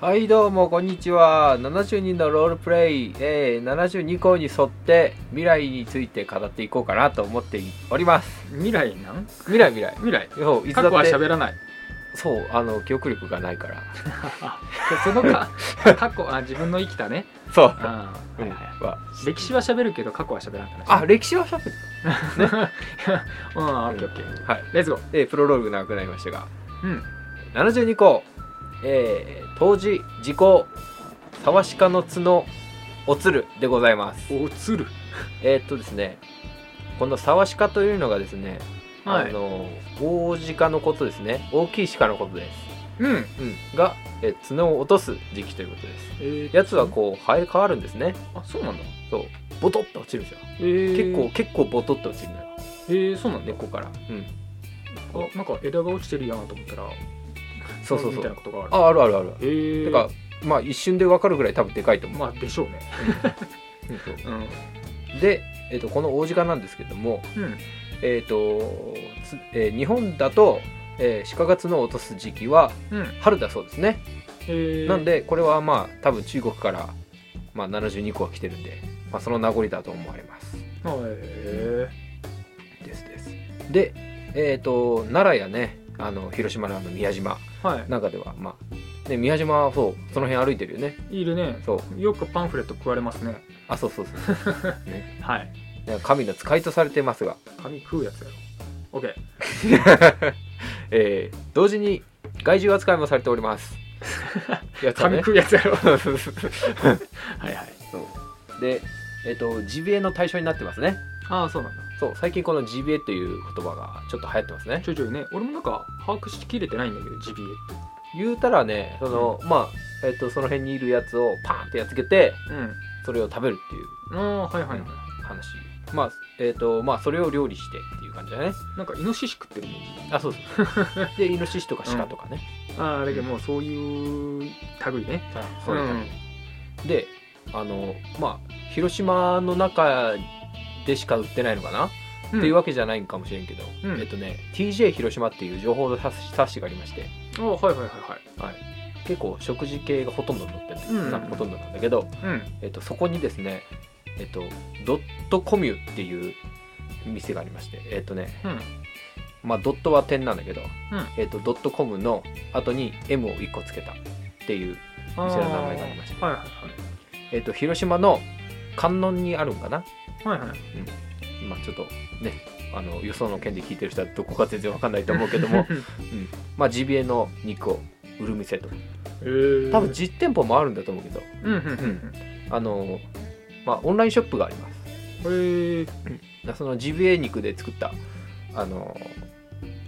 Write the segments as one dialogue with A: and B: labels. A: はいどうもこんにちは72のロールプレイ、えー、72項に沿って未来について語っていこうかなと思っております
B: 未来なん
A: 未来未来
B: 未来
A: そういつ
B: 過
A: だ
B: 去は
A: って
B: 喋らない
A: そうあの記憶力がないから
B: その か過去あ自分の生きたね、
A: そう
B: うんは
A: う
B: い
A: ん
B: は、
A: はい
B: 歴史は喋るけど過去は喋らない
A: あ歴史はしゃべる
B: ね うんオッケーオッケー
A: はい
B: レッツゴー
A: でプロローグ長くなりましたが
B: うん
A: 72項、えー、当時時効沢鹿の角おつるでございます
B: おつる
A: えーっとですねこの沢鹿というのがですね、
B: は
A: あ
B: い
A: の大鹿のことですね大きい鹿のことです
B: うん
A: うん、が、えー角を落とす時期ということです
B: えー
A: やつはこう生え変わるんですね
B: あそうなんだ
A: そうボトッと落ちるんですよ
B: えー
A: 結構結構ボトッと落ちるのよ
B: えーそうなん
A: 根
B: だ
A: っこから、うん、
B: あなんか枝が落ちてるやんと思ったら
A: そうそう
B: み
A: そ
B: たいな
A: う
B: ことがある
A: ああるあるある
B: えー、
A: てかまあ一瞬で分かるぐらい多分でかいと思う、
B: まあでしょうね
A: うんそう
B: うん
A: で、えー、とこの大鹿なんですけども、
B: うん
A: えーとつえー日本だと、えー、鹿が角を落とす時期は
B: うん
A: 春だそうですね、
B: えー、
A: なんでこれはまあ多分中国から、まあ、72個は来てるんで、まあ、その名残だと思われます
B: はいえ
A: ですですでえっ、と奈良やねあの広島のあの宮島
B: ー、は
A: なんかではまあ、ね、宮島はそうその辺歩いてるよね
B: いいるね
A: そう
B: よくパンフレット食われますね
A: あそうそうそう
B: はい
A: ね神の使いとされてますが
B: 紙食うやつやろ OK
A: えー同時に害獣扱いもされております やった
B: 紙
A: ね
B: 食うやつ やろはいはい
A: そうでえっ、とジビエの対象になってますね
B: ああそうなんだ
A: そう最近このジビエという言葉がちょっと流行ってますね
B: ちょいちょいね俺もなんか把握しきれてないんだけどジビエっ
A: 言うたらねその、まあ、えっとその辺にいるやつをパーンってやっつけて
B: てうん
A: それを食べるっていう
B: ああはいはいはい
A: 話まあえっ、とまあそれを料理してっていう感じだね
B: なんかイノシシ食ってるイメージ
A: あそうそう でイノシシとか鹿とかね、
B: ああだけどもうそういう類ね
A: そういう感じであのまあ広島の中でしか売ってないのかな、
B: うん
A: っていうわけじゃないんかもしれんけど、
B: うん
A: えっとね TJ 広島っていう情報冊子冊子がありまして
B: ああはいはいはい
A: 結構食事系がほとんど載ってるんだけど
B: うん
A: なほとんどなんだけど、
B: はいうん
A: えっと、そこにですね、えっと、ドットコミュっていう店がありまして、えっとね、
B: うん
A: まあ、ドットは点なんだけど、
B: うん
A: えっと、ドットコムの後に M を1個つけたっていう、
B: ああ
A: 店の名前がありました
B: はいは
A: えっと、広島の観音にあるんかな、
B: いはいはいはい、
A: まあ、ちょっとね、あの予想の件で聞いてる人はどこか全然わかんないと思うけども まあ、ジビエの肉を売る店と
B: えー、
A: 多分実店舗もあるんだと思うけど
B: うんうんうんうん
A: あの、まあ、オンラインショップがあります
B: えー、
A: だからそのジビエ肉で作ったあの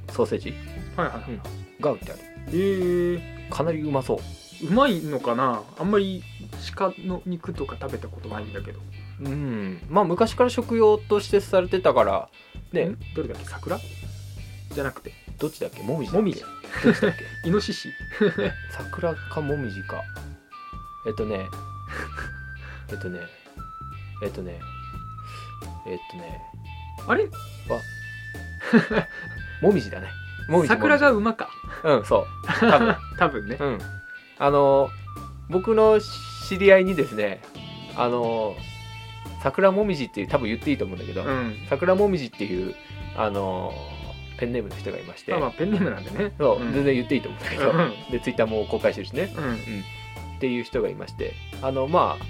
A: ーソーセージ
B: はいはいはい
A: が売ってある
B: えー、
A: かなりうまそう
B: うまいのかなあんまり鹿の肉とか食べたことないんだけど
A: うんまあ昔から食用としてされてたからね
B: んどれだっけ桜じゃなくて
A: どっちだっけもみじ
B: もみじ
A: どっちだっけ
B: イノシシ
A: 桜かもみじかえっと ねえっとねえっとねえっとね
B: あれ
A: もみじだねもみじ
B: 桜
A: も
B: が馬か
A: みじうんそう多 分
B: 多分ね
A: うん、あの僕の知り合いにですねあの桜もみじっていう多分言っていいと思うんだけど、
B: うん
A: 桜もみじっていうあのペンネームの人がいまして、
B: まあまあペンネームなんでね
A: そう
B: うん
A: 全然言っていいと思うんだけ
B: う
A: ど、
B: ん
A: でツイッターも公開してるしね
B: うん
A: っていう人がいましてあのまあ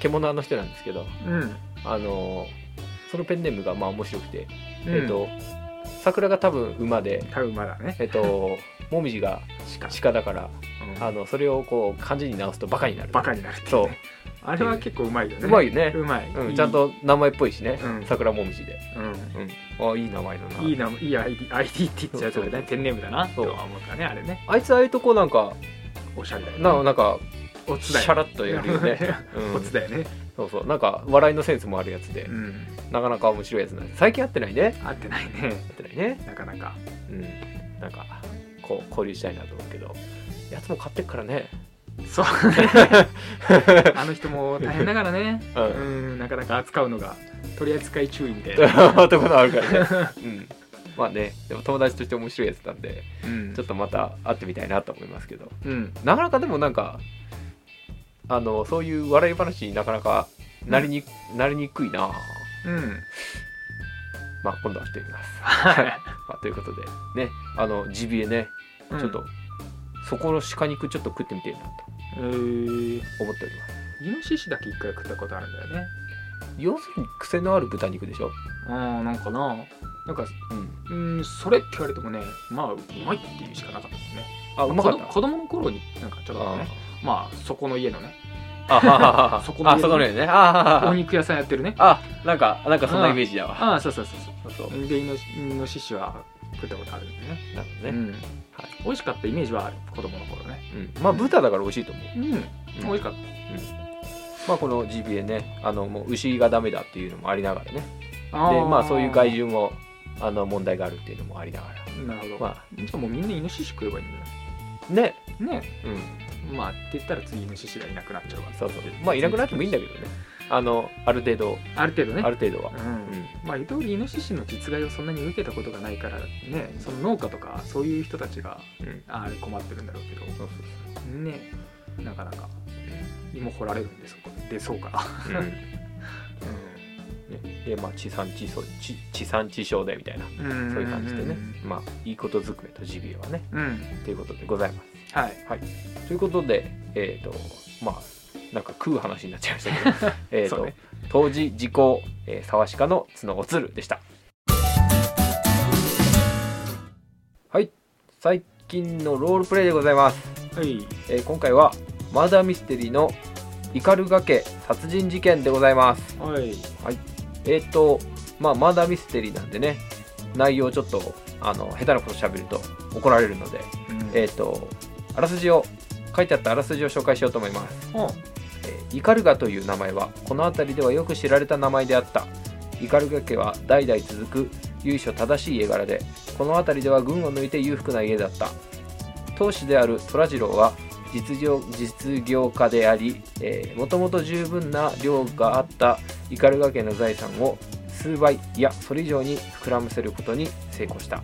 A: 獣の人なんですけど
B: うん
A: あのそのペンネームがまあ面白くて、
B: うん
A: えっと桜が多分馬で
B: 多分まだね
A: えっ ともみじが
B: 鹿
A: 鹿だから
B: うん
A: あのそれをこう漢字に直すとバカになる
B: バカになるっていね
A: そう
B: あれは結構うまいよね
A: うまいよね、
B: うまい
A: うん
B: いい
A: ちゃんと名前っぽいしね、
B: うん
A: 桜もみじで、
B: うん
A: うん、あいい名前だない
B: いないい ID, ID って言っちゃうと
A: そうそう
B: ねペンネームだな
A: そ
B: と
A: う
B: は思ったねあれね
A: あいつああいうとこなんか
B: おしゃれだよね
A: ななんか
B: おつ
A: シ
B: だよ
A: ャラッとやるよね、うん
B: おつだよね
A: そうそうなんか笑いのセンスもあるやつで、
B: うん
A: なかなか面白いやつなんで最近会ってないね
B: 合ってないね
A: 会ってないね
B: なかなか
A: うんなんかこう交流したいなと思うけどやつも買ってっから ね
B: そう あの人も大変だからね
A: う
B: うんんなかなか扱うのが取り扱い注意みたいな
A: 男のあるからね、うん、まあねでも友達として面白いやつなんで
B: うん
A: ちょっとまた会ってみたいなと思いますけど
B: うん
A: なかなかでもなんかあのそういう笑い話になかなかなりに,、なりにくいな
B: うん
A: まあ今度はしてみます、
B: はい
A: まあ、ということでねあのジビエねちょっと、そこの鹿肉ちょっと食ってみてえなと
B: うんえー
A: 思っております
B: イノシシだけ一回食ったことあるんだよね
A: 要するに癖のある豚肉でしょ
B: うんなんかななんか
A: うん
B: うんそれって言われてもねまあうまいっていうしかなかったですね
A: あうまかった
B: 子供子供の頃になんかちょっとねまあそこの家のね
A: ああ
B: そ
A: そ
B: こ
A: こ
B: の
A: のあ
B: 家
A: そこの家ねあ
B: お
A: あ
B: 肉屋さんやってるね
A: あなんかなんかそんなイメージだわ
B: ああそうそうそうそ
A: そうそう
B: うでイノシイノシシは食ったことあるんだよね
A: なるほど
B: う
A: ね
B: ん
A: はい
B: 美味しかったイメージはある子供の頃ね
A: うんまあ豚だから美味しいと思う
B: うん
A: うん
B: 美味しかっ
A: まあこの GBA ねあのもう牛がダメだっていうのもありながらね
B: た
A: でまあそういう害獣
B: 獣
A: もあの問題があるっていうのもありながら
B: なるほど、ま
A: ま
B: あ、じゃあもうみんなイノシシ食えばいいんだよ
A: あね
B: ね
A: うん
B: まあって言ったら次イノシシがいなくなっちゃうから
A: そうそうまあいなくなってもいいんだけどねあのある程度
B: ある程度ね
A: ある程度は
B: うんまあ言う通りイノシシの実害をそんなに受けたことがないからねその農家とかそういう人たちが
A: うんうん
B: あれ困ってるんだろうけど
A: そう
B: ねなかなか芋掘られるんでそこでそうか
A: そう そうねでまあ地産地消地地産地消でみたいな
B: うんうん
A: そういう感じでねまあいいことずくめと GBA はね
B: うん
A: ということでございます
B: はい
A: ということで、えー、とまあなんか食う話になっちゃいました けどえー
B: そう
A: と、
B: ね
A: 当時時効、えー、沢鹿の角おつるでしたはい最近のロールプレイでございます、
B: はい
A: えー今回はマーダーミステリーの「斑ヶ家殺人事件」でございます
B: はい
A: えっ、とまあマーダーミステリーなんでね内容ちょっとあの下手なこと喋ると怒られるのでえっ、とあらすじを書いてあったあらすじを紹介しようと思います
B: お
A: えーイカルガという名前はこの辺りではよく知られた名前であったイカルガ家は代々続く由緒正しい家柄でこの辺りでは群を抜いて裕福な家だった当主である虎次郎は実業実業家でありもともと十分な量があったイカルガ家の財産を数倍いやそれ以上に膨らませることに成功した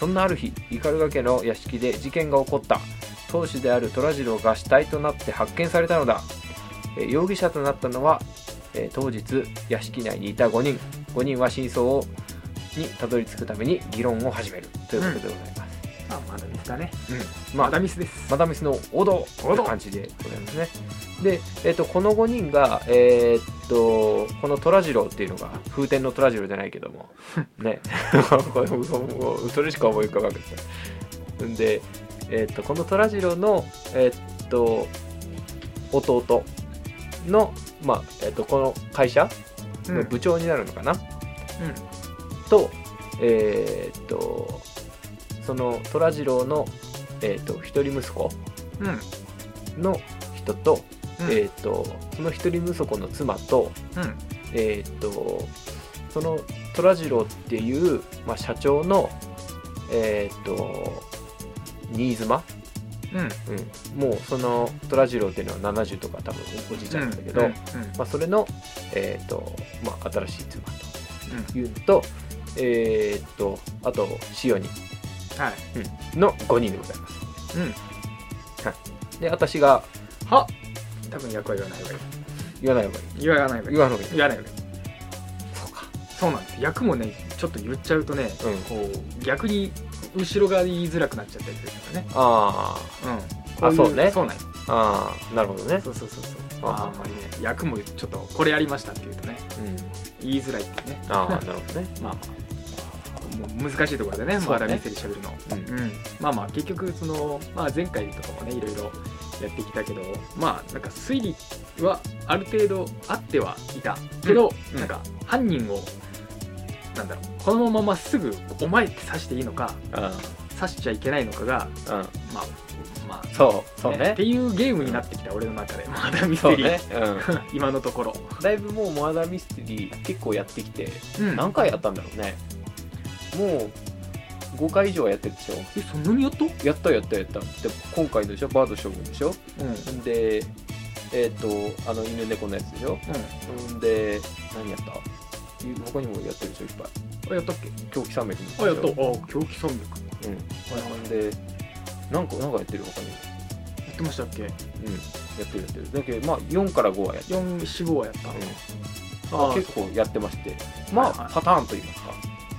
A: そんなある日イカルガ家の屋敷で事件が起こった当主である虎次郎が死体となって発見されたのだえー容疑者となったのは、えー当日屋敷内にいた5人5人は真相をにたどり着くために議論を始めるということでございます、
B: あまだミスだね
A: ま
B: ま
A: あ
B: だミスです
A: マダミスの王道
B: 王道
A: って感じでございますねで、えー、とこの5人が、えーっとこの虎次郎っていうのが風天の虎次郎じゃないけど もね これ嘘もうそれしか思い浮かばなかったんで、えーっとこの虎次郎の、えーっと弟の、まあえーっとこの会社
B: うん
A: の部長になるのかな、
B: うん
A: とえーっとその虎次郎の、えーっと一人息子
B: うんうん
A: の人と,、
B: うん
A: えーっとその一人息子の妻と,、
B: うん
A: えーっとその虎次郎っていう、まあ、社長のえーっと新妻、
B: うん
A: うん、もうその虎次郎っていうのは70とか多分おじいちゃんなんだけど、
B: うん
A: まあ、それの、えーっとまあ、新しい妻と。
B: うん
A: いうのと、えーっと、あと、シオニ
B: はい
A: の5人でございます。
B: うん
A: はい。で、私が
B: は多分役は言わない方がい
A: 言わない方がい
B: い言わない方が
A: い。
B: いい
A: 言わない方がいい。
B: 言わない方がいい
A: そうか。
B: そうなんです役もねちょっと言っちゃうとね、
A: うん
B: こう逆に後ろが言いづらくなっちゃったりするからね、
A: あ
B: うん、
A: あ
B: こい
A: そうね
B: そうなんです
A: あ、ああ、なるほどね。
B: そうそうそうそう
A: あ
B: あんまりね役もちょっとこれやりましたって言うとね
A: うん。
B: 言いづらいっていうね
A: ああ、なるほどね。
B: まあもう難しいところでね
A: そう
B: ま
A: ね
B: だ見せるしゃべるの、
A: うん
B: うん、まあまあ結局その、まあ、前回とかもねいろいろやってきたけどまあなんか推理はある程度あってはいたけど、
A: うんうん
B: なんか犯人をなんだろうこのまままっすぐ「お前」って刺していいのか刺しちゃいけないのかが
A: うん。うん。
B: まあまあ
A: そう、そう
B: っ
A: ね
B: て。いうゲームになってきた俺の中でまだミス
A: そう
B: テリー、
A: ね。う
B: 今のところ、
A: ん。だいぶもう、マーダーミステリー結構やってきて、
B: うん
A: 何回やったんだろうね。もう、5回以上はやってるでしょ。
B: えそんなにやったう
A: やったやったやった。で、今回のでしょ、バード将軍でしょ。
B: んうん
A: でえっ、とあの犬猫のやつでしょんで何やったい他にもやってるでしょいっぱい
B: あやったっけ
A: 狂気山脈に行
B: あやっ
A: で
B: た
A: しょ
B: あ狂気山
A: う
B: 脈
A: ん
B: はいはい
A: ほんで何個何個やってる他に
B: やってましたっけ
A: うんやってるやってるだけどまあ4から5はやってる、
B: 4四五はやった、
A: うん
B: あー
A: 結構やってましてまあ、
B: はいはい
A: パターンといいますか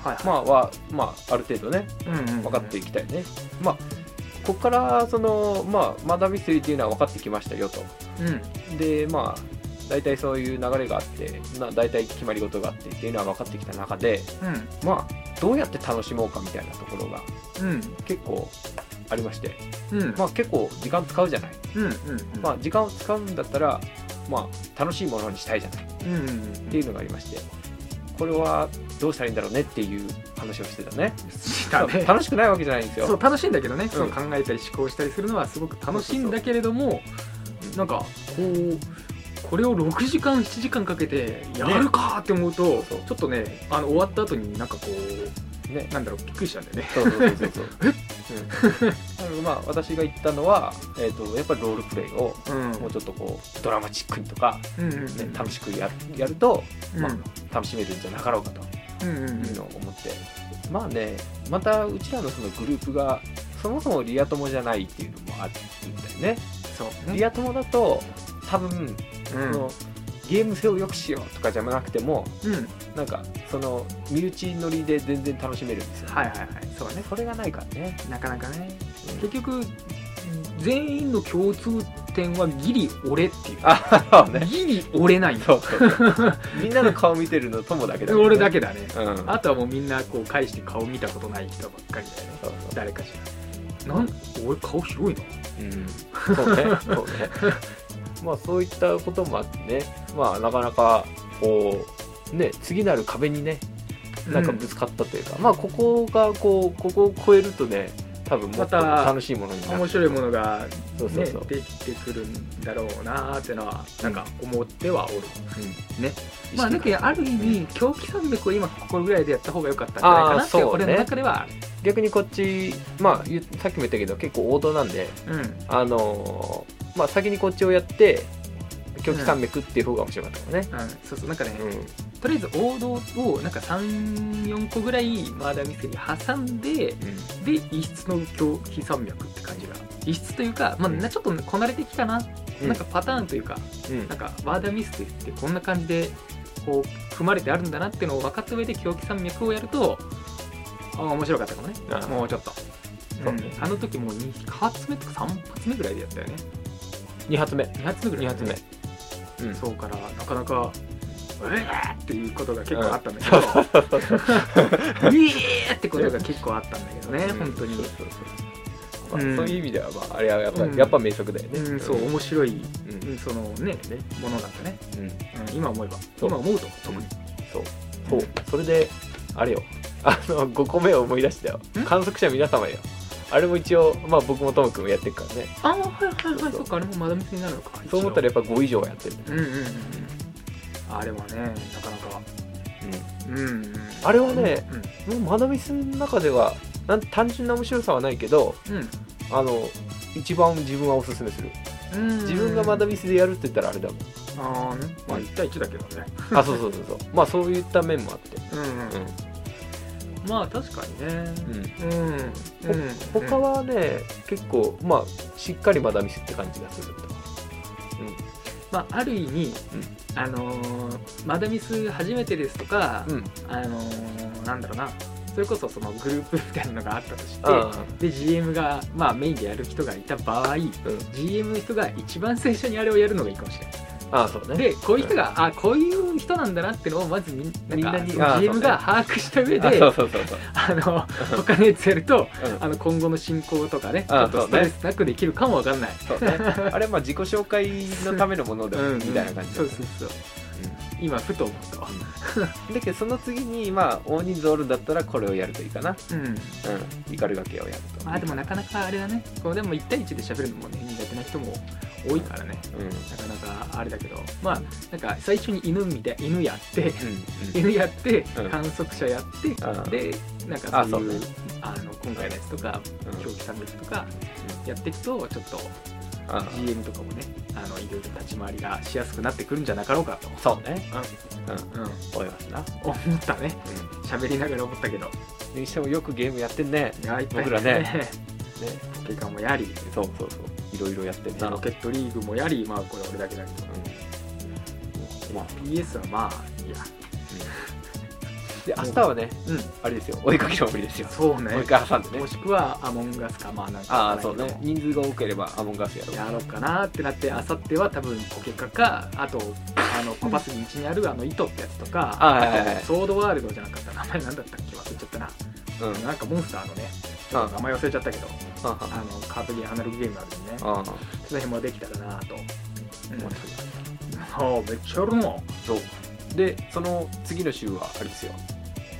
B: はいはい
A: まあはまあある程度ね分かっていきたいね、まあここからそのまあ学び3っていうのは分かってきましたよと
B: うんうん
A: でまあ大体そういう流れがあってな大体決まり事があってっていうのは分かってきた中でまあどうやって楽しもうかみたいなところが
B: うん
A: 結構ありまして
B: うんうん
A: まあ結構時間使うじゃない、
B: うんうん
A: まあ時間を使うんだったらまあ楽しいものにしたいじゃないっ
B: うんうん
A: ていうのがありましてこれはどうしたらいいんだろうねっていう話をしてたね
B: したね
A: 楽しくないわけじゃないんですよ
B: そう楽しいんだけどね、その考えたり思考したりするのはすごく楽しいんだけれども
A: そうそう
B: なんかこうこれを6時間7時間かけてやるかーって思うと、
A: そう
B: ちょっとねあの終わった後になんかこう
A: ね
B: なんだろうびっくりしたんだよね
A: そうそう そうそう。うん、なのでまあ私が言ったのは、えっとやっぱりロールプレイを
B: うん
A: もうちょっとこうドラマチックにとか、
B: うんうん
A: ね、楽しくややると、
B: うん
A: まあ、楽しめるんじゃなかろうかと
B: うんうんうん
A: いうのを思って、まあねまたうちらのそのグループがそもそもリア友じゃないっていうのもあるんだよね。
B: そう
A: リア友だと多分、
B: うん
A: そのゲーム性を良くしようとかじゃなくても
B: うん
A: なんかその身内乗りで全然楽しめるんですよ、
B: はいはいはいそうね
A: それがないからね。
B: なかなかね
A: うん
B: 結局全員の共通点はギリ俺っていう
A: あそうね
B: ギリ俺ないんだ
A: そうそうそう みんなの顔見てるの友だけだからね
B: 俺だけだね
A: うんそう
B: あとはもうみんなこう返して顔見たことない人ばっかりだよね
A: そう
B: 誰かしらなん俺顔広いな
A: うんそうねそうねまあそういったこともあってねまあなかなかこうね次なる壁にねなんかぶつかったというか、まあここがこうここを超えるとね多分もっと
B: また
A: 楽しいものになる
B: 面白いものが、ね、
A: そうそうそう、
B: できてくるんだろうなーってのはなんか思ってはおる
A: うん
B: ねまあだけどある意味狂気山脈を今ここぐらいでやった方が良かったんじゃないかな
A: あー
B: っていう
A: そうね
B: 俺の中ではある
A: 逆にこっちまあ言うさっきも言ったけど結構王道なんで
B: うん
A: あのーまあ先にこっちをやって狂気山脈っていう方が面白かったかもね、
B: うん、そうそうなんかね、
A: うん
B: とりあえず王道をなんか34個ぐらいマーダーミステリー挟んでで異質の狂気山脈って感じが異質というか、まあ、なちょっとこなれてきたな、
A: うん
B: なんかパターンというか
A: うん
B: なんかマーダーミステリーってこんな感じでこう組まれてあるんだなっていうのを分かった上で狂気山脈をやるとあ面白かったかもね
A: あー
B: もうちょっと。
A: そうね
B: うんあの時もう2発目とか3発目ぐらいでやったよね
A: 2発目
B: 2発目ぐらい
A: 2発目うん
B: そうからなかなか「ええっていうことが結構あったんだけど「ええってことが結構あったんだけどね本当
A: そう
B: に
A: そうそう
B: うん
A: まあそういう意味では、まあ、あれはやっぱ,、
B: うん
A: やっぱ名作だよね、
B: うんそう
A: うん
B: 面白い
A: うん
B: そのねものなんだね
A: うん
B: うん今思えば
A: そう
B: 今思うと特に
A: そうそうそれであれよ あの5個目を思い出したよ
B: ん
A: 観測者皆様よあれも一応、まあ、僕もともくんもやってるからね
B: ああはいはい
A: そ
B: は
A: う
B: い
A: そう
B: そっかあれもまだ店になるのか
A: そう思ったらやっぱ5以上はやってる、
B: 一応うんうんうんあれはねなかなかうんうん
A: あれはね
B: うん
A: うん、もうマダミスの中ではなん単純な面白さはないけど
B: うん
A: あの一番自分はおすすめする
B: うん
A: 自分がマダミスでやるって言ったらあれ だもん
B: ああねまあ1対1だけどね
A: あそうそうそうそうまあそういった面もあって
B: うんうんまあ確かにね
A: うん、うん
B: うんうん
A: 他はね結構まあしっかりまだミスって感じがすると
B: まあ、ある意味、あのーマダミス初めてですとか、
A: うん
B: あのーなんだろうなそれこそそのグループみたいなのがあったとして
A: あ
B: で GM が、まあ、メインでやる人がいた場合、GM の人が一番最初にあれをやるのがいいかもしれない
A: あそうね
B: でこういう人が、あこういう人なんだなってのをまずみん
A: みん
B: な
A: なん
B: か
A: に
B: その
A: あー
B: GM が把握した上
A: あ
B: で
A: そうそうそうそう
B: あの他のやつやると
A: うん
B: あの今後の進行とかねちょ
A: あ
B: っとストレスなくできるかもわかんない。
A: そうねあれまあ自己紹介のためのものだ
B: うんうん
A: みたいな感じだ
B: そ
A: ね
B: うそうそう今ふと思ったわ
A: うんだけどその次にまあ大人数おるんだったらこれをやるといいかな
B: うん
A: うん怒りがけをやると
B: まあでもなかなかあれだねこうでも1対1で喋るのもね苦手な人も多いからね
A: うんうん
B: なかなかあれだけどまあなんか最初に犬みたい犬やって
A: うん
B: 犬やって
A: うん
B: 観測者やって、
A: あー
B: でなん
A: あ
B: かそういう
A: そ
B: あの今回のやつとか
A: うん
B: 狂気三力とかやっていくとちょっと
A: ああ
B: GM とかもねあのいろいろ立ち回りがしやすくなってくるんじゃなかろうかと
A: そうねうん、うん、
B: うん、
A: 思いますな、
B: 思ったね喋りながら思ったけど
A: うん、にしてもよくゲームやってんね
B: あいっぱい
A: 僕らねね
B: ポケカもやり
A: そうそうそういろいろやってんな
B: ロケットリーグもやりまあこれ俺だけだけど
A: うんまあ
B: PS はまあいいや
A: で明日はね
B: うん
A: あれですよ追いかけは無理ですよ
B: そうね
A: もう一回挟んでね
B: もしくはアモンガスかまあなんか
A: ああそうね人数が多ければアモンガスやろう
B: やろうかなってなってあさっては多分ポケカかあとあのコパスにうちにあるあの糸ってやつとか
A: あはいはいはい
B: あとソードワールドじゃなかった名前なんだったっけ忘れちゃったな、
A: うん
B: なんかモンスターのね
A: あ
B: 名前忘れちゃったけど
A: あ
B: あのカードゲームアナログゲームあるんでね
A: ああ
B: その辺もできたらなと、うん、
A: 面
B: ああめっちゃあるな
A: そうでその次の週はあれですよ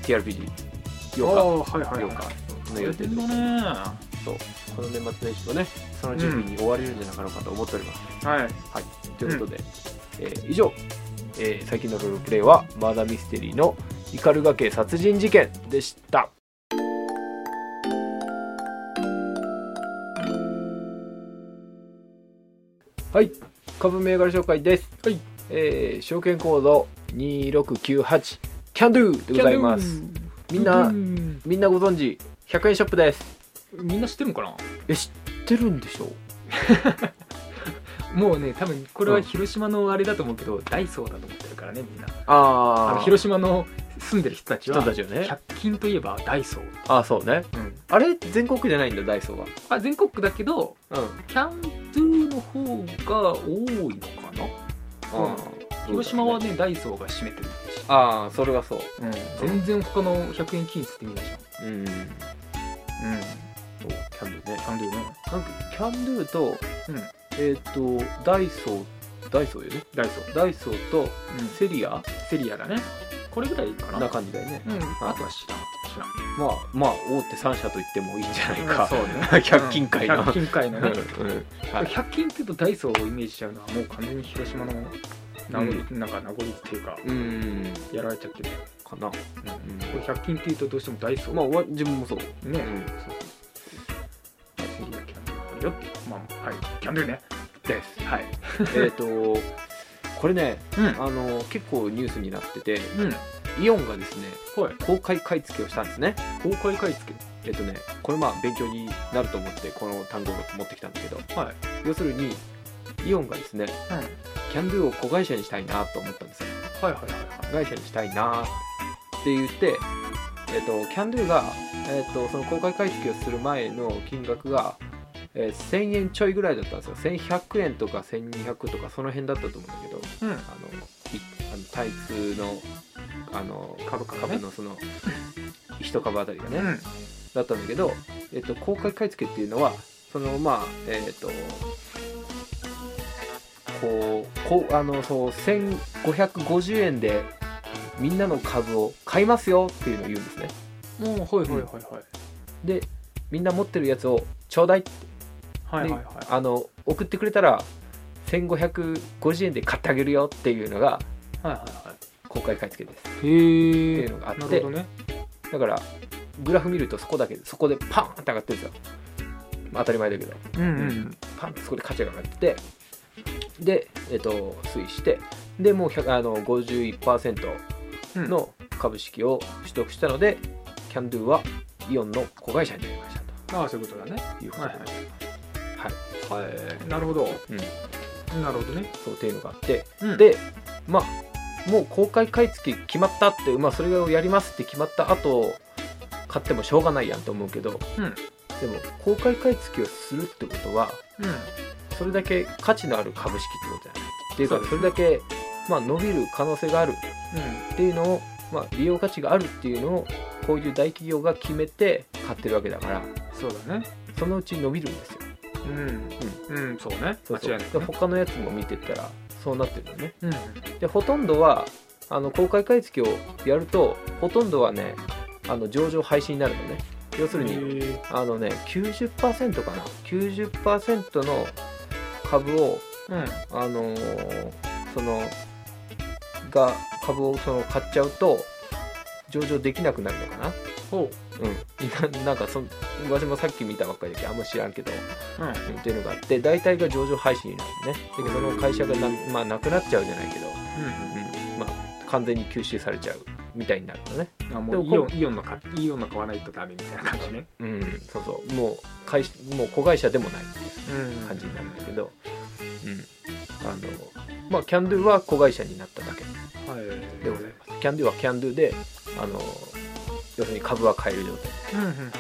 A: TRPG8 日
B: ああはいはい
A: 8
B: はい
A: 日の
B: や
A: 予
B: っ
A: 定で
B: てんだねは
A: そうこの年末年始とねその準備に追われるんじゃなかろうかと思っております、
B: い
A: ということで、えー以上、えー最近のロールプレイはマーダーミステリーの「イカルガ家殺人事件」でしたはい株銘柄紹介です
B: はい
A: えー証券コード2698キャンドゥでございますみんな
B: うん
A: みんなご存知100円ショップです
B: みんな知ってるのかな
A: え知ってるんでしょ
B: もうね多分これ
A: う
B: は
A: ん
B: 広島のあれだと思うけど、ダイソーだと思ってるからねみんなあ
A: あ
B: の
A: あ
B: 広島の住んでる人たち
A: 人
B: は
A: たちよね
B: 100均といえばダイソー、
A: ああそうねあれ全国じゃないんだダイソーは
B: あ全国区だけど
A: うん
B: キャンドゥの方が多いのかな
A: ああ
B: 広島はねダイソーが占めてる、
A: ああそれはそう
B: 全然他の100円均一って見ないじ
A: うんそう
B: ゃんうん
A: キャンドゥね
B: キャンドゥの
A: なんかキャンドゥと、
B: うん
A: えっ、とダイソーダイソーよね
B: ダイソー、
A: ダイソーとセリア
B: セリアだねこれぐらいかな
A: な感じだよね
B: うんあとは知らん知らん
A: まあまあ大手3社と言ってもいいんじゃないか、
B: そうね
A: 100均会の
B: 100均界のね
A: うんうんはい
B: 100均っていうとダイソーをイメージしちゃうのはもう完全に広島の名残、なんか名残っていうか
A: うん
B: やられちゃってる、
A: かな、
B: うんこれ100均っていうとどうしてもダイソー、
A: まあわ自分もそう、う
B: ね、
A: ん、
B: セリアキャンドゥよってまあはいキャンドゥね
A: です
B: はい
A: えっとこれね
B: うん
A: あの結構ニュースになってて
B: うん
A: イオンがですね
B: はい
A: 公開買い付けをしたんですね
B: 公開買い付
A: えっとねこれまあ勉強になると思ってこの単語を持ってきたんだけど
B: けはい
A: 要するにイオンがですね、キャンドゥを子会社にしたいなと思ったんですよ
B: はいはいはい
A: 子会社にしたいなって言ってえっとキャンドゥが、えっとその公開買い付けをする前の金額が、えー1000円ちょいぐらいだったんですよ1100円とか1200とかその辺だったと思うんだけど
B: うん
A: あのいあのタイツのあの
B: 株価がね
A: 株のその一株あたりがね、
B: うん
A: だったんだけど、えっと、公開買い付けっていうのはそのまあえっとこうこうあのそう1550円でみんなの株を買いますよっていうのを言うんですね
B: もうはいはいはいはい
A: でみんな持ってるやつをちょうだいって
B: はいはいはい
A: あの送ってくれたら1550円で買ってあげるよっていうのが
B: はいは
A: 公開買い付けです
B: いへ
A: って
B: え
A: いうのがあって
B: なるほどね
A: だからグラフ見るとそこだけそこでパーンって上がってるんですよ、まあ、当たり前だけど
B: うん
A: うんパンってそこで価値が上がってで、えっと推移してでもう100あの51%
B: うんの
A: の株式を取得したので、キャンドゥはイオンの子会社になりました
B: ああそういうことだね
A: ということで、
B: はい
A: はいはい
B: なるほど
A: うん、
B: なるほどね
A: そうっていうのがあって、
B: うん
A: でまあもう公開買い付け決まったって、まあ、それをやりますって決まった後買ってもしょうがないやんと思うけど
B: うん
A: でも公開買い付けをするってことは
B: うん
A: それだけ価値のある株式ってことじゃないっていうか
B: そうです
A: それだけ、まあ、伸びる可能性があるっていうのを、まあ、利用価値があるっていうのをこういう大企業が決めて買ってるわけだから
B: うんそうだね
A: そのうち伸びるんですよ
B: うんうんそうね
A: そうそう
B: 間違いない
A: で他のやつも見てったらそうなってるのね
B: うん
A: でほとんどはあの公開買い付けをやるとほとんどはねあの上場廃止になるのね要するに
B: へえ
A: あのね90%かな90%の株を
B: うん
A: あのーそのが株をその買っちゃうと上場できなくなるのかな
B: ほ
A: うん、なんかそん私もさっき見たばっかりだけどあんま知らんけど、
B: うん
A: うんっていうのがあって大体が上場廃止になるねだけどその会社がな,、まあ、なくなっちゃうじゃないけど、うんまあ、完全に吸収されちゃうみたいになるのね、
B: あもうイオンイオンの買イオンの買わないとダメみたいな感じね、
A: うん、そうそうもう会社もう子会社でもないっていう感じになるんだけど、うんあのまあ、キャンドゥは子会社になっただけ
B: はい
A: でございますキャンドゥはキャンドゥであの要するに株は買える状態
B: うんうんうんうんなる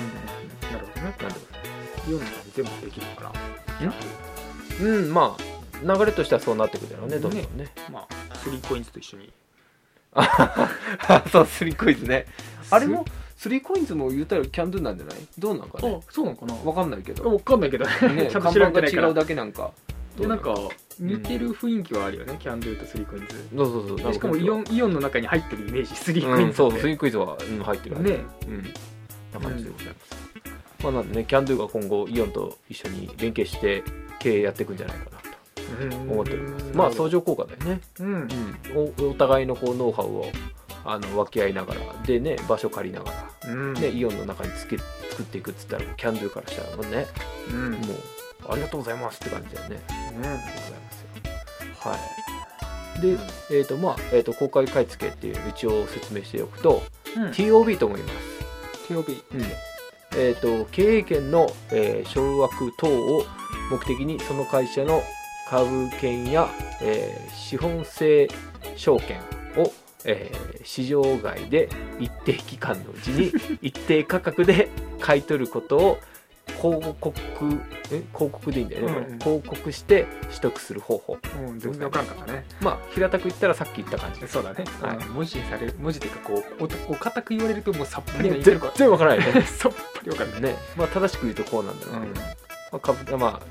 B: ほど
A: な
B: ね
A: んでございます
B: イオンの買い全部できるから
A: うんまあ流れとしてはそうなってくるだろうねどんどんね
B: まあスリーコインズと一緒に
A: あそうスリーコインズねあれもスリーコインズも言うたらキャンドゥなんじゃないどうなんか
B: す
A: ね
B: あそうなのかな
A: わかんないけ ど、
B: わかんないけどね
A: ね、
B: ちゃんと
A: 看
B: 調べ
A: 板が
B: てないか
A: 違
B: ら
A: うだけなんか
B: でなんか
A: ど
B: 似てる雰囲気はあるよね、キャンドゥとスリーコインズ
A: うなんそうそうそう
B: しかもイオ
A: ン
B: ンイオンの中に入ってるイメージスリーコインズ
A: そう
B: っ
A: ス
B: て
A: リーコインズは、うん、入ってる
B: ね
A: うんな感じでございます、まあなんでねキャンドゥが今後イオンと一緒に連携して経営やっていくんじゃないかなと思っておりますまあ相
B: じ
A: 乗効果だよね
B: うん
A: おお互いのこうノウハウをあの分け合いながらでね場所借りながら
B: うん
A: ね、イオンの中につけ作っていくっつったらキャンドゥからしたらもうね
B: うん
A: もうありがとうございますって感じだよね
B: ね
A: ございますよはいで、えーとまあえー、と公開買い付けっていう一応説明しておくと、
B: うん
A: TOB と思います、
B: TOB
A: えー、と経営権の、えー掌握等を目的にその会社の株券や、えー資本性証券を、えー市場外で一定期間のうち に一定価格で買い取ることを広告え広告でいいんだよね、これ
B: うんうん
A: 広告して取得する方法
B: うん全然わからんかったね
A: まあ平たく言ったらさっき言った感じです
B: そうだね、
A: はい
B: うん文字にされる文字っていうかこうおお固く言われるともうさっぱ
A: ね
B: り言って
A: 全
B: るか
A: 然わからないよね
B: ら さっぱりわかんない
A: ね、まあ、正しく言うとこうなんだろうけど、まあ、株ま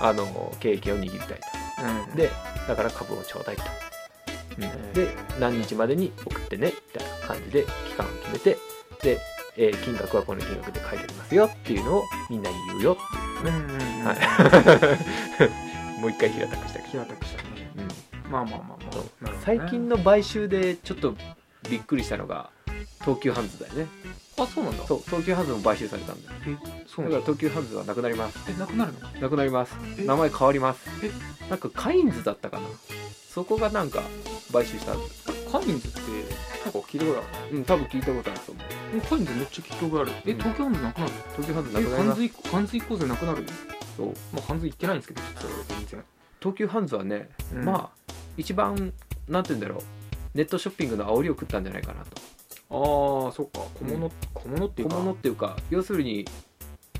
A: ああの経営権を握りたいと
B: で
A: でだから株をちょうだいと、
B: ん
A: で何日までに送ってねみたいな感じで期間を決めてで、えー金額はこの金額で書いてありますよっていうのをみんなに言うよ、
B: うんうんうん
A: はいもう一回平たくしたけど、
B: 平たくしたね
A: うん
B: まあまあまあま
A: そう
B: あなるほどね
A: 最近の買収でちょっとびっくりしたのが東急ハンズだよね
B: あそうなんだ
A: そう東急ハンズも買収されたんだよ
B: そ
A: だ
B: う
A: から
B: なんだ
A: 東急ハンズはなくなります
B: えなくなるの
A: なくなります
B: え
A: 名前変わります
B: え
A: なんかカインズだったかなそこがなんか買収したはず
B: カインズってなんか聞いたことあ
A: うん多分聞いたことあると思う
B: るカインズめっちゃ聞いたことあるえ
A: うん
B: 東京ハンズなくなる
A: 東京ハンズな
B: え
A: くなり
B: ハン
A: ます
B: ズ以降ハンズ以降でなくなる
A: そう
B: まあハンズ行ってないんですけど実は俺全
A: 東急ハンズはね、
B: 然
A: まあ一番なんて言うんだろうネットショッピングの煽りを食ったんじゃないかなと
B: ああーそっか小物小物ってい
A: 小
B: うか
A: 物っていうか要するに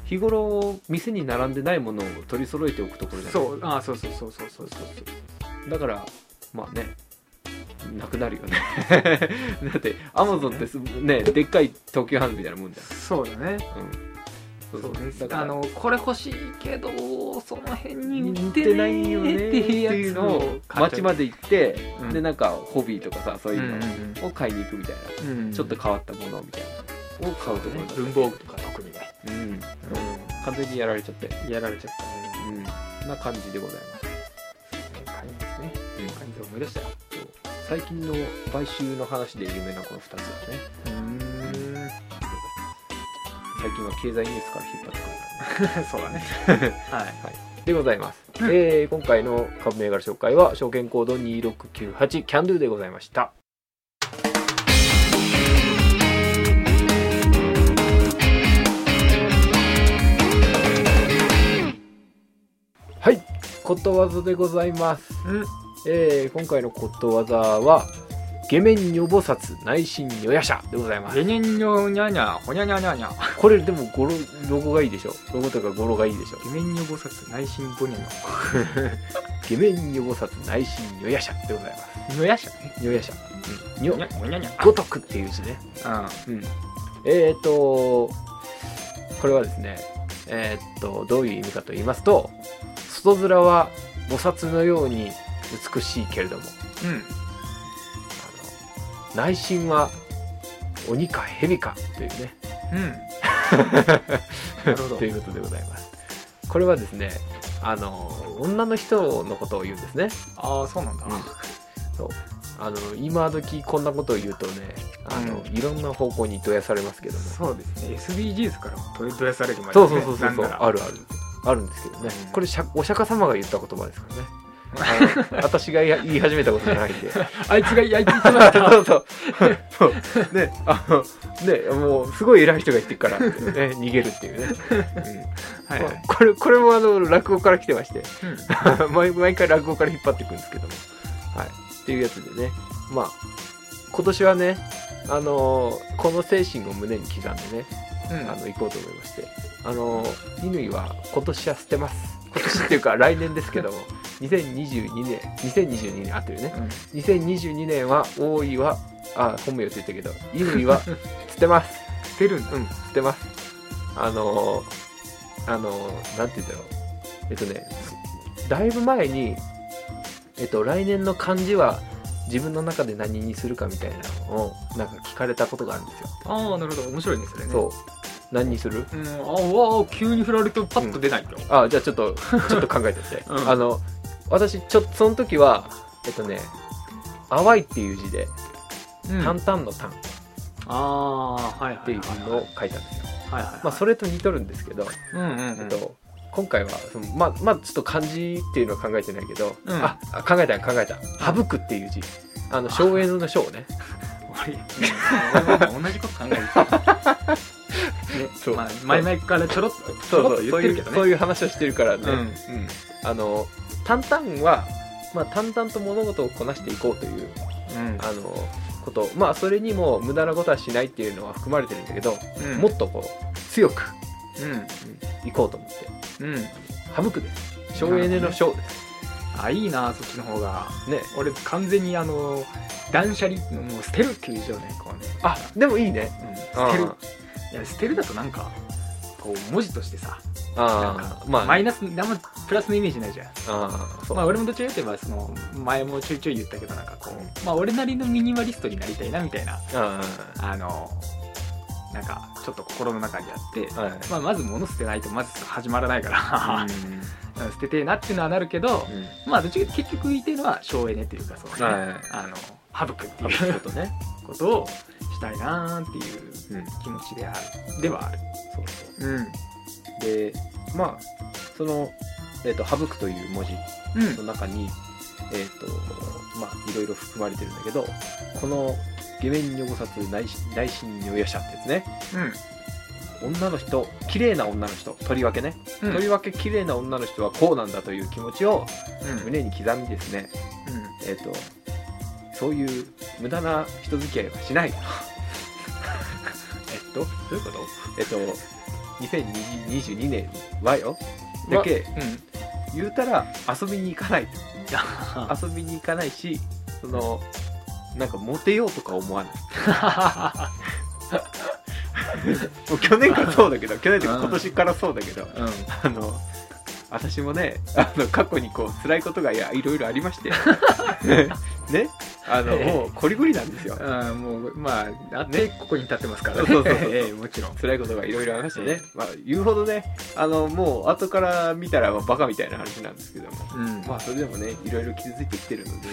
A: 日頃店に並んでないものを取り揃えておくところじゃない
B: そうあーそうそうそうそうそうそうそう
A: だからまあねなくなるよ ねだってアマゾンってすねでっかい東急ハンズみたいなもんじゃん
B: そうだね
A: うん、
B: そうです
A: だから
B: あのこれ欲しいけどその辺に売
A: 似
B: って
A: てな
B: ないい
A: よ
B: よ
A: ね
B: ね
A: っ
B: ってて
A: い
B: いうう
A: の
B: の
A: を
B: を
A: 街まで行って、
B: うん
A: でなんかホビーとかさそう
B: う
A: い
B: ん
A: うの
B: うん
A: を買いに行くみたいな、
B: うん
A: ちょっと変わったものみたいなを買うところだった
B: 文房具とか特にね、
A: うん完全にやられちゃって
B: やられちゃったね
A: うんな感じでございます、
B: カインズねカインズ思い出したよ
A: そう最近の買収の話で有名なこの2つだね
B: うーん
A: 最近は経済ニュースから引っ張ってくるからね
B: そうだねはい
A: でございます、
B: うん
A: えー今回の株銘柄紹介は証券コード2698キャンドゥでございましたはいことわざでございます、
B: うん
A: えー今回のことわざは下面女菩薩内心女夜叉でございます
B: ゲニャンニョニャニャホニャニャニャニャ
A: これでも語呂ロゴがいいでしょロゴというか語呂がいいでしょ
B: ゲメンニョ菩薩内心ボニャの
A: 下面女菩薩内心女夜叉でございます
B: のやしゃね
A: 女夜叉女
B: ニャホニャニャ
A: ごとくっていう字ね
B: あ
A: うんえっ、ー、とこれはですねえっ、とどういう意味かと言いますと外面は菩薩のように美しいけれども
B: うんうん
A: あの内心は鬼か蛇かというね
B: うんなるほど
A: ということでございますこれはですねあの女の人のことを言うんですね
B: ああそうなんだ
A: うんそうあの今時こんなことを言うとねああの、いろんな方向にどやされますけども
B: そうですね SDGs からも取り出されるまで、
A: そ
B: ね、
A: うそうそうそう
B: なんなら
A: あるあるあるんですけどね、
B: うん
A: これしゃお釈迦様が言った言葉です からねあの私が言い言い始めたことじゃないんでそ
B: あいつがいやいつ言ってました
A: う そうそうね あのねもうすごい偉い人が言ってるから、 ね、逃げるっていうね、
B: はいはい、
A: これこれもあの落語から来てまして
B: うん
A: 毎毎回落語から引っ張っていくんですけども、はい、っていうやつでねまあ今年はねあのーこの精神を胸に刻んでね
B: うん
A: あの行こうと思いましてあの乾は今年は捨てます今年っていうか来年ですけども2022年2022年合ってるね
B: うん
A: 2022年は大井はあ本名言ってたけど乾は捨てます
B: 捨てるんだ、
A: うん、捨てます。あのー、あのー、なんて言うんだろう。えっとね、だいぶ前に、えっと、来年の漢字は自分の中で何にするかみたいなのを、なんか聞かれたことがあるんですよ。
B: ああなるほど面白いねそれね
A: そう。何にする
B: うん、あわあ急に振られるとパッと出ないよ、
A: あ、じゃあちょっと、ちょっと考えて って。
B: うん
A: あの、私、ちょっと、その時は、えっとね、淡いっていう字で、
B: うん
A: 淡々の淡っ
B: ああーはいはい
A: ていう
B: はい
A: のを書いたんですよ。
B: はいはいはい
A: まあ、それと似とるんですけど、
B: うんうんうん
A: えっと、今回はそのまあまあちょっと漢字っていうのは考えてないけど、
B: うん
A: ああ考えた考えた省くっていう字あの省エネの省ね
B: 俺俺も同じこと考えて たね
A: そう
B: まあ、前々からちょろっとち
A: そ
B: ょ
A: う
B: ろ
A: そ
B: っ
A: う
B: と言
A: そ
B: っ
A: う
B: てる
A: い
B: け
A: う
B: ど
A: そう
B: ね
A: いう話をしてるからね、
B: うん
A: うんあの淡々は、まあ、淡々と物事をこなしていこうという
B: うん
A: あのことまあそれにも無駄なことはしないっていうのは含まれてるんだけど、
B: うん
A: もっとこう強く、
B: う
A: いこうと思って
B: んうん
A: 省くです省エネの省です、
B: あいいなそっちの方が
A: ね
B: 俺完全にあの断捨離もう捨てるっていう字をねこうね
A: あでもいいね
B: うん
A: あ
B: 捨てるいや捨てるだとなんかこう文字としてさなん
A: あ
B: か
A: ーまあね
B: マイナス何もプラスのイメージないじゃん
A: あーそう
B: まあ俺もどちらかといえばその前もちょいちょい言ったけどなんかこうまあ俺なりのミニマリストになりたいなみたいな
A: あ
B: あのなんかちょっと心の中にあって
A: あ、はい。
B: まあまず物捨てないとまず始まらないから、 捨ててえなっていうのはなるけど
A: う、ん。
B: まあどっちかっていうと結局言いたいのは省エネっていうかそのね、
A: はい
B: あの省くって
A: 省
B: い
A: く
B: う
A: ことね。
B: ことをしたいなーってい
A: う
B: う
A: ん。
B: 気持ちであるではある
A: そうそ
B: うん
A: う。で、まあ、その、えっ、と、省くという文字
B: うん
A: の中に、えっ、と、まあ、いろいろ含まれてるんだけど、この、下面に汚さず内心内心におよしゃってやつね。女の人、綺麗な女の人、とりわけね。
B: うん
A: とりわけ綺麗な女の人はこうなんだという気持ちを
B: うん
A: 胸に刻みですね、
B: う
A: えっ、と、そういう無駄な人付き合いはしない。えっと、どういうことえっと、2022年はよ。
B: ん
A: だけ
B: うん
A: 言うたら遊びに行かない。
B: あ
A: 遊びに行かないし、その、なんかモテようとか思わない。もう去年からそうだけど、去年というか今年からそうだけど、
B: うん
A: あの、私もね、あの過去にこう辛いことがいやいろいろありま して、ね、あのもうこりごりなんですよ。
B: あーもうまああってここに立ってますからね
A: そうそうそうそう
B: ええもちろん
A: 辛いことがいろいろありまして
B: え
A: ね、まあ、言うほどねあのもう後から見たらまあバカみたいな話なんですけども
B: うん
A: まあそれでもねいろいろ傷ついてきてるので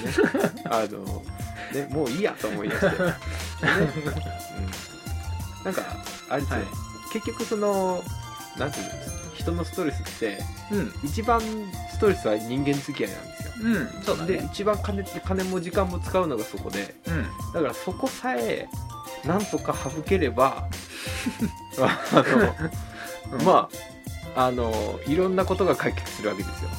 A: ね あのねもういいやと思い出して、でねうん、なんかあれですよ、
B: はい
A: 結局そのなんていうんですか人のストレスって
B: うん
A: 一番ストレスは人間付き合いなんですよ
B: うんそうだ
A: で
B: ね
A: 一番金金も時間も使うのがそこで
B: うん
A: だからそこさえなんとか省けれ ばあの、
B: うん
A: まああのいろんなことが解決するわけですよ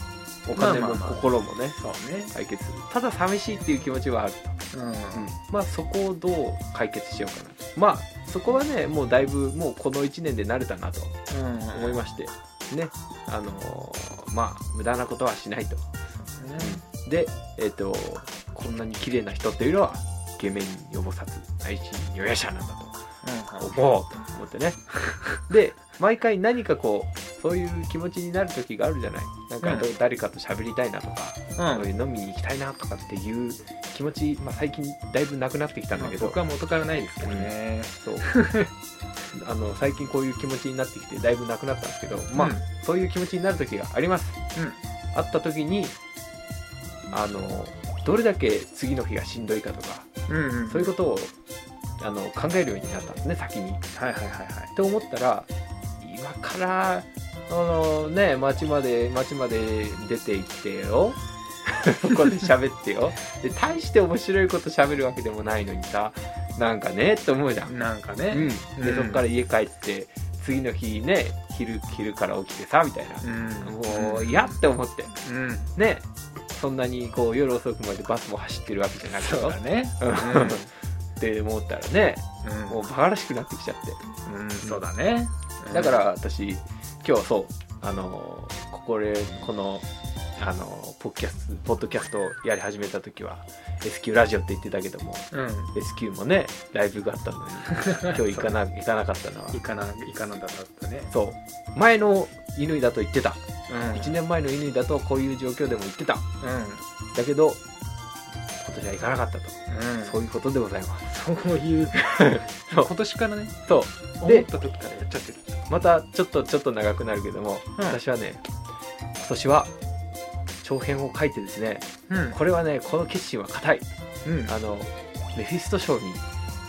A: お金
B: まあ
A: も
B: まあまあ
A: 心もね
B: そうね
A: 解決するただ寂しいっていう気持ちはある
B: うん
A: と、まあそこをどう解決しようかなまあそこはねもうだいぶもうこの1年で慣れたなと
B: うん
A: 思いましてねあのまあ無駄なことはしないとでえっ、とこんなに綺麗な人っていうのは下面によぼさず内心によやしゃなんだと思
B: う
A: うと思 ってねで毎回何かこうそういう気持ちになる時があるじゃないなんかど
B: う
A: 誰かと喋りたいなとか、
B: ん
A: そういう飲みに行きたいなとかっていう気持ち、まあ、最近だいぶなくなってきたんだけど、
B: 僕は元からないですけどね
A: そうあの最近こういう気持ちになってきてだいぶなくなったんですけどまあ、
B: うん
A: そういう気持ちになる時がありますあった時にあのどれだけ次の日がしんどいかとか
B: うんうん
A: そういうことをあの考えるようになったんですね先に。っ
B: はいはいはいはい
A: て思ったら今からあのね町まで町まで出て行ってよ ここで喋ってよで大して面白いこと喋るわけでもないのにさなんかねって思うじゃん。
B: なんか
A: う
B: ね
A: ん、で
B: うん
A: そっから家帰って次の日ね昼昼から起きてさみたいな。
B: うん
A: もう嫌って思って
B: うん
A: ねそんなにこう夜遅くまでバスも走ってるわけじゃなくて
B: そう
A: よ
B: だね
A: うんって思ったらね
B: うん
A: もうバカらしくなってきちゃって
B: うん、うん、そうだね
A: だから私今日そうあのーここでこのあのーポッキャスポッドキャストをやり始めた時は S q ラジオって言ってたけども
B: うん
A: S q もねライブがあったのに今日行か な行かなかったのは
B: イカナイカナダだったね
A: そう前の乾だと言ってた
B: うん
A: 1年前の乾だとこういう状況でも言ってただけど今年は行かなかったと、
B: うんうん
A: そういうことでございます
B: そう いう
A: そう
B: 今年からね
A: そうで
B: 思った時からやっちゃってる
A: またちょっとちょっと長くなるけども、
B: うん
A: 私はね今年は長編を書いてですね
B: うん
A: これはねこの決心は固い
B: うん
A: あのメフィスト賞に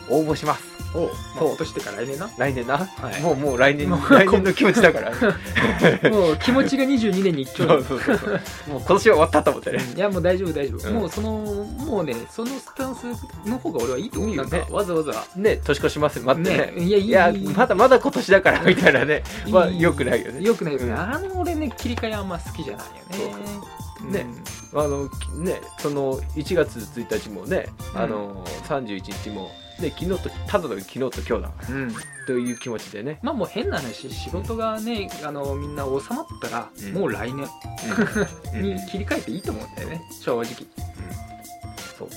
A: 応募します
B: おうまあ
A: そう
B: 今年ってか来年な
A: 来年な、
B: はい
A: もうもう来年
B: もう
A: 来年の気持ちだから そ
B: もう気持ちが22年に一丁
A: うそうそうそうもう今年は終わったと思ってね
B: いやもう大丈夫大丈夫、
A: うん
B: もうそのもうねそのスタンスの方が俺はいいと思う
A: いい
B: な
A: よ
B: ん
A: ね
B: かわざわざ
A: ね年越します待ってね
B: いやいい
A: いや
B: いい
A: まだまだ今年だからみたいなね
B: いい
A: まあよくないよね
B: よくないよね、
A: うん
B: あの俺ね切り替えあんま好きじゃないよね
A: そうねあのきね、その1月1日もね、
B: うん
A: あの31日も、ね、昨日とただの昨日と今日だ
B: うん、うん
A: という気持ちで ね、
B: まあもう変な話仕事がねあのみんな収まったら、
A: うん
B: もう来年
A: うん
B: に切り替えていいと思うんだよね正直
A: そう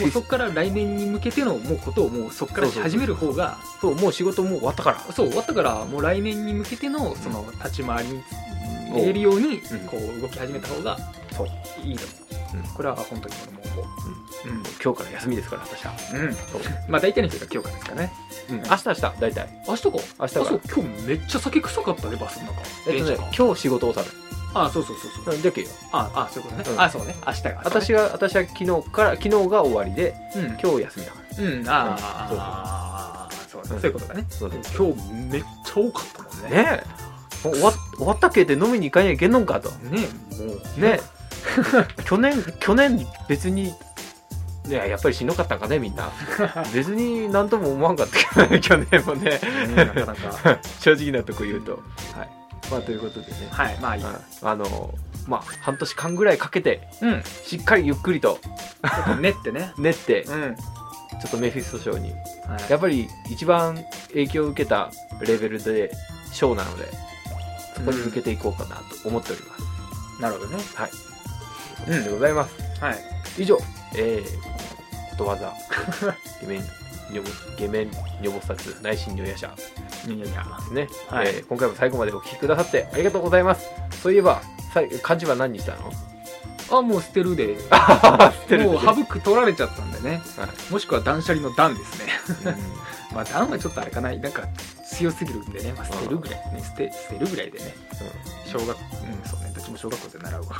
B: もうそこから来年に向けてのもうことをもうそこからし始める方が
A: そうもう仕事もう終わったから
B: そう終わったからもう来年に向けてのその立ち回りに言えるように
A: うん
B: こう動き始めた方が
A: そう
B: いいと思う、
A: うん
B: これは本当に俺も思
A: 今日から休みですから私は、
B: ううん、うん、
A: そう
B: まあ大体の人が今日からですかね
A: うん、明日明日大体
B: 明日か
A: 明日か
B: あそう今日めっちゃ酒臭かったねバスの中
A: えっと
B: 電
A: ね
B: 車が
A: 今日仕事をさる
B: あそうそうそうそう
A: うんじゃけよ
B: ああそういうこと
A: う
B: ね、
A: ん
B: あそうね明日がそうね
A: 私が私は昨日から昨日が終わりで
B: うん
A: 今日休みだから
B: うん、ああ、そうそうそういうことだね。
A: そうそう
B: 今日めっちゃ多かったもんね。
A: ねえもう終わ終わったけで飲みに行かにゃいけんのんかと
B: ねもう
A: ね 去年去年別にいややっぱりしんどかったんかねみん な別に何とも思わんかったけど去年もね
B: ねなかなか。
A: 正直なとこ言うと、はい、まあということでね、
B: はい、まあいい。
A: うんあのまあ半年間ぐらいかけて
B: うん。
A: しっかりゆっくりと
B: ねってね。
A: 練ってちょ
B: うん。はい。
A: っとメフィスト賞にやっぱり一番影響を受けたレベルで賞なのでそこに向けていこうかなと思っております、
B: なるほどね。
A: はい
B: うん
A: でございます
B: はい。
A: 以上、えー、ことわ ざ、ゲメン、ニョボ、ゲメン、ニョボ殺、内心女夜者で
B: にゃにゃにゃ。
A: すね、
B: はい
A: えー今回も最後までお聞きくださってありがとうございます。そういえば、さい漢字は何にしたの
B: あ、もう捨てるで。
A: 捨てる
B: もう
A: でしょ
B: 省く取られちゃったんでね。
A: はい
B: もしくは断捨離の断ですね。
A: うん
B: まあ断はちょっとあれかない。なんか強すぎるんでね。まあ捨てるぐらいね。捨て、捨てるぐらいでね。小学うんそうねどっちも小学校で 習うわま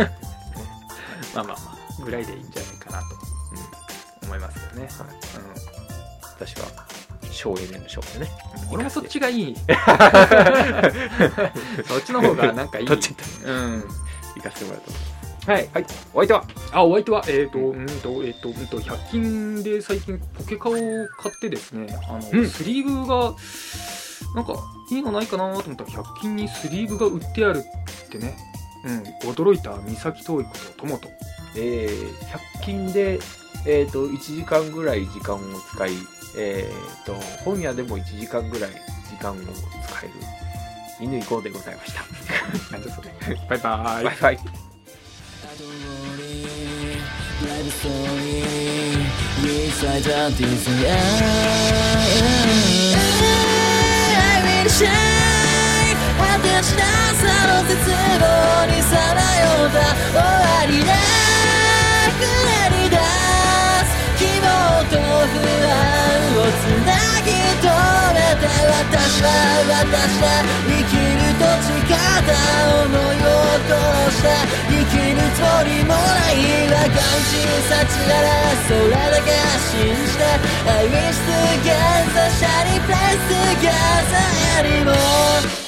B: あまあまあぐらいでいいんじゃないかなと
A: うん
B: 思いますけどね、
A: はい私は、省エネの省でね。
B: うん、俺もそっちがいい そっちの方がなんかい い
A: どっち行っ
B: うん
A: 行かせてもらうと。
B: はい
A: はい、お相手は、
B: あお相手はえっ、とうんとえっ、とうんと100均で最近ポケカを買ってですねあの、
A: うん
B: スリーブがなんかいいのないかなと思ったら100均にスリーブが売ってあるってねうん、驚いた三崎遠いことともと
A: えー、100均で、えー、と1時間ぐらい時間を使い、えー、と本屋でも1時間ぐらい時間を使える犬行こうでございました。
B: なんじゃそれバイバーイ
A: バイバイ
C: Life story Inside out this I will shine 私のその絶望にさまよった終わりなくなり出す希望と不安をつなぎ止めて私は私は生きると誓った想いをした生きる鳥もないは感じ幸ならそれだけ信じて I wish together shiny place together anymore